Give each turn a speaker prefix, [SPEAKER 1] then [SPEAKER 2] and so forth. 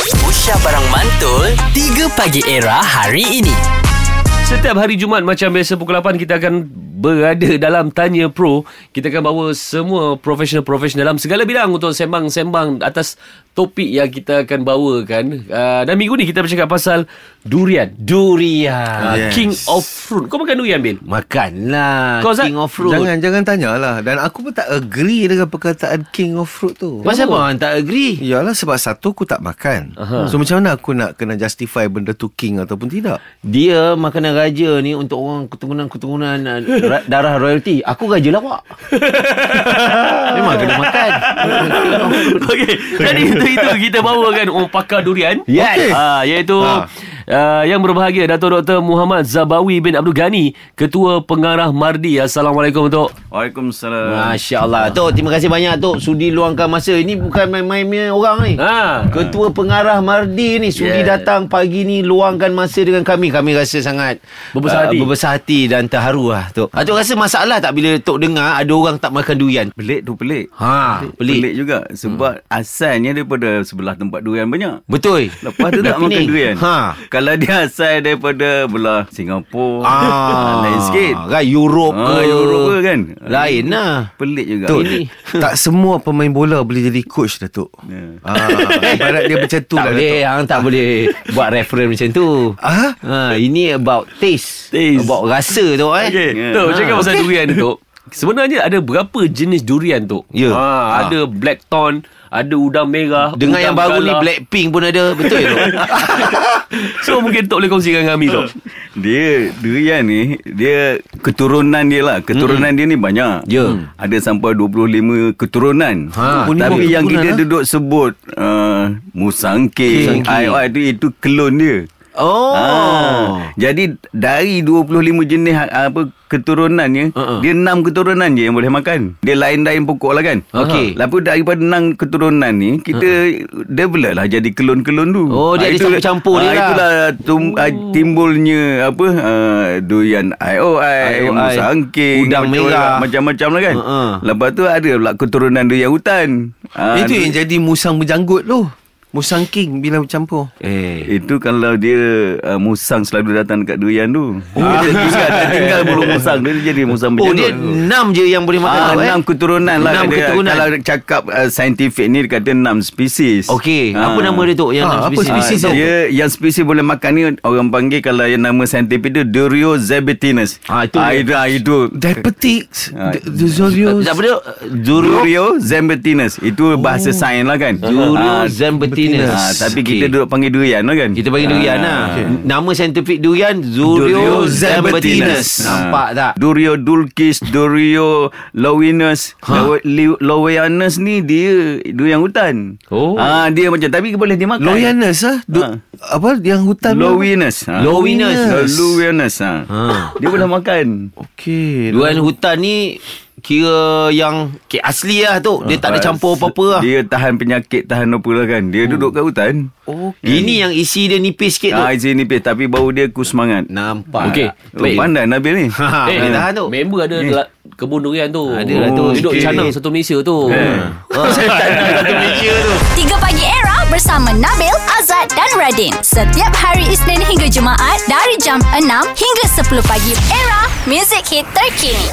[SPEAKER 1] Aisyah Barang Mantul 3 Pagi Era hari ini
[SPEAKER 2] Setiap hari Jumaat macam biasa pukul 8 kita akan berada dalam Tanya Pro. Kita akan bawa semua profesional-profesional dalam segala bidang untuk sembang-sembang atas topik yang kita akan bawakan. Uh, dan minggu ni kita bercakap pasal durian.
[SPEAKER 3] Durian.
[SPEAKER 2] Uh,
[SPEAKER 3] Yes.
[SPEAKER 2] King of fruit. Kau makan durian, Bil?
[SPEAKER 3] Makanlah
[SPEAKER 2] Kau, Zat?
[SPEAKER 3] King of fruit
[SPEAKER 4] Jangan jangan tanyalah Dan aku pun tak agree Dengan perkataan King of Fruit tu
[SPEAKER 3] Pasal apa orang tak agree
[SPEAKER 4] Yalah sebab satu Aku tak makan
[SPEAKER 2] Aha.
[SPEAKER 4] So macam mana aku nak Kena justify benda tu King ataupun tidak
[SPEAKER 3] Dia makanan raja ni Untuk orang keturunan-keturunan uh, ra- Darah royalty Aku raja lawak Ah, Memang kena makan
[SPEAKER 2] Okey. Jadi itu itu kita bawakan orang pakar durian. Okay.
[SPEAKER 3] Yes.
[SPEAKER 2] Ah iaitu ha.
[SPEAKER 4] Ha.
[SPEAKER 2] uh, yang berbahagia Datuk Dr Muhammad Zabawi bin Abdul Ghani, Ketua Pengarah Mardi. Assalamualaikum untuk
[SPEAKER 5] Waalaikumsalam.
[SPEAKER 3] Masya Allah Tok terima kasih banyak Tok Sudi luangkan masa Ini bukan main-mainnya orang ni
[SPEAKER 2] Ha.
[SPEAKER 3] Ketua pengarah Mardi ni Sudi yeah.
[SPEAKER 5] Yeah.
[SPEAKER 3] datang pagi ni Luangkan masa dengan kami Kami rasa sangat ah,
[SPEAKER 2] Berbesar hati.
[SPEAKER 3] Berbesar hati dan terharu lah Tok ah, Tok rasa masalah tak Bila Tok dengar Ada orang tak makan durian
[SPEAKER 5] Pelik tu pelik.
[SPEAKER 3] Ha
[SPEAKER 5] Pelik,
[SPEAKER 3] Pelik, pelik.
[SPEAKER 5] juga sebab hmm. asalnya daripada sebelah tempat durian banyak.
[SPEAKER 3] Betul
[SPEAKER 5] Lepas tu
[SPEAKER 3] Dah
[SPEAKER 5] tak makan
[SPEAKER 3] pening.
[SPEAKER 5] durian.
[SPEAKER 3] Ha
[SPEAKER 5] Kalau dia asal daripada belah Singapura,
[SPEAKER 3] Ah,
[SPEAKER 5] lain sikit.
[SPEAKER 3] Kan Europe
[SPEAKER 5] Ah,
[SPEAKER 3] ke
[SPEAKER 5] Europe ke kan?
[SPEAKER 3] Lain lah
[SPEAKER 5] Pelik juga.
[SPEAKER 4] Betul
[SPEAKER 5] Pelik.
[SPEAKER 4] Tak semua pemain bola Boleh jadi coach Datuk
[SPEAKER 5] Ya.
[SPEAKER 4] ah, Ibarat dia macam tu
[SPEAKER 3] Tak
[SPEAKER 4] lah
[SPEAKER 3] boleh Hang tak boleh Buat reference macam tu
[SPEAKER 4] Ah?
[SPEAKER 3] ha, Ini about taste,
[SPEAKER 5] Taste.
[SPEAKER 3] About rasa tu eh
[SPEAKER 2] Okey,
[SPEAKER 5] Yeah.
[SPEAKER 2] Tok
[SPEAKER 3] Ha,
[SPEAKER 2] cakap pasal durian ni Tok. Sebenarnya ada berapa jenis durian Tok?
[SPEAKER 3] Ya.
[SPEAKER 2] Ha,
[SPEAKER 3] Ha.
[SPEAKER 2] ada black thorn, ada udang merah,
[SPEAKER 3] Dengan
[SPEAKER 2] udang
[SPEAKER 3] yang baru ni
[SPEAKER 2] galah.
[SPEAKER 3] Blackpink pun ada Betul tu
[SPEAKER 2] So mungkin Tok boleh kongsikan dengan kami Tok.
[SPEAKER 5] Dia durian ni dia keturunan dia lah. Keturunan dia ni banyak. Hmm.
[SPEAKER 3] Ya.
[SPEAKER 5] Ada sampai 25 keturunan.
[SPEAKER 3] Ha,
[SPEAKER 5] Tapi
[SPEAKER 4] 25
[SPEAKER 5] yang
[SPEAKER 4] keturunan,
[SPEAKER 5] kita
[SPEAKER 4] ha?
[SPEAKER 5] duduk sebut uh, musangking,
[SPEAKER 3] Musangking.
[SPEAKER 5] IOI tu itu klon dia.
[SPEAKER 3] Oh
[SPEAKER 5] Ah, jadi dari 25 jenis ah, apa keturunannya,
[SPEAKER 3] Ha,
[SPEAKER 2] Uh-uh.
[SPEAKER 5] uh-uh. dia enam keturunan je yang boleh makan. Dia lain-lain pokok lah kan.
[SPEAKER 3] Okey.
[SPEAKER 5] Lepas tu daripada enam keturunan ni, kita uh-uh. develop lah jadi kelon-kelon tu.
[SPEAKER 3] Ha, Oh, dia ada
[SPEAKER 5] itu-
[SPEAKER 3] campur-campur dia
[SPEAKER 5] ah,
[SPEAKER 3] lah.
[SPEAKER 5] Itulah tum, ah, timbulnya apa ah, durian IOI,
[SPEAKER 3] IOI,
[SPEAKER 5] musangking,
[SPEAKER 3] udang
[SPEAKER 5] macam-
[SPEAKER 3] merah.
[SPEAKER 5] macam-macam lah kan.
[SPEAKER 3] Uh-uh.
[SPEAKER 5] Lepas tu ada pula keturunan durian hutan. Ah,
[SPEAKER 4] Itu yang jadi musang berjanggut tu Musang King Bila bercampur
[SPEAKER 3] Eh
[SPEAKER 5] Itu kalau dia uh, musang selalu datang dekat durian tu. Oh, dia tinggal, dia tinggal bulu musang. Dia jadi musang
[SPEAKER 3] Oh
[SPEAKER 5] berjanggut.
[SPEAKER 3] dia enam je yang boleh makan
[SPEAKER 5] Ah,
[SPEAKER 3] tu, eh?
[SPEAKER 5] enam keturunan lah
[SPEAKER 3] Enam
[SPEAKER 5] Dia-
[SPEAKER 3] keturunan.
[SPEAKER 5] Kalau cakap uh, Scientific ni Dia kata enam spesies
[SPEAKER 3] Okey Apa nama dia tu Yang
[SPEAKER 4] Ah,
[SPEAKER 3] enam
[SPEAKER 4] apa
[SPEAKER 3] spesies
[SPEAKER 4] spesies
[SPEAKER 5] Ah,
[SPEAKER 4] tu?
[SPEAKER 5] dia yang spesies boleh makan ni orang panggil kalau yang nama saintifik dia Durio-Zabetinus.
[SPEAKER 3] Ah, itu
[SPEAKER 5] ah,
[SPEAKER 3] dia.
[SPEAKER 5] itu, ah, itu.
[SPEAKER 4] Diabetics
[SPEAKER 5] Ah.
[SPEAKER 4] D- Zorio
[SPEAKER 3] Apa dia Eh, Zuru
[SPEAKER 5] Durio-Zabetinus.
[SPEAKER 3] Oh.
[SPEAKER 5] Itu bahasa sains lah kan.
[SPEAKER 3] Zuru
[SPEAKER 5] Ah,
[SPEAKER 3] Zambetinus
[SPEAKER 5] ah, tapi kita duduk panggil durian lah kan.
[SPEAKER 3] Kita panggil
[SPEAKER 5] Ah,
[SPEAKER 3] durian lah
[SPEAKER 5] okey.
[SPEAKER 3] Nama saintifik durian Zurio Zambetinus Nampak
[SPEAKER 5] Ah.
[SPEAKER 3] tak?
[SPEAKER 5] Durio Dulcis, Durio Lowinus, Lowe- Li- Lowianus ni dia durian hutan.
[SPEAKER 2] Oh.
[SPEAKER 5] Ah dia macam tapi boleh dimakan.
[SPEAKER 4] Loyanus ah, du-
[SPEAKER 5] Ah.
[SPEAKER 4] Apa yang hutan tu?
[SPEAKER 5] Lowinus. Ah.
[SPEAKER 3] Lowinus.
[SPEAKER 5] Lowinus. Ah. Dia boleh makan.
[SPEAKER 4] Okey
[SPEAKER 3] Durian hutan ni Kira yang okay, Asli lah tu Dia tak ada campur apa-apa lah
[SPEAKER 5] Dia tahan penyakit, tahan apa lah kan. Dia duduk kat hutan.
[SPEAKER 4] Oh
[SPEAKER 3] Ini yang isi dia nipis sikit tu
[SPEAKER 5] Ah, izin ni peh, tapi bau dia ku semangat.
[SPEAKER 3] Nampak
[SPEAKER 2] Okey.
[SPEAKER 5] Oh, pandai Nabil ni.
[SPEAKER 3] Ha,
[SPEAKER 2] Eh,
[SPEAKER 3] boleh tahan tu.
[SPEAKER 2] Member ada yeah. kebun durian tu.
[SPEAKER 3] Ada lah Ha. tu.
[SPEAKER 2] Duduk
[SPEAKER 5] Okey.
[SPEAKER 2] canang satu Malaysia tu.
[SPEAKER 3] Saya tak nak satu Malaysia tu
[SPEAKER 6] 3 Pagi Era bersama Nabil, Azad dan Radin. Setiap hari Isnin hingga Jumaat dari jam 6 hingga 10 pagi. Era, music hit terkini.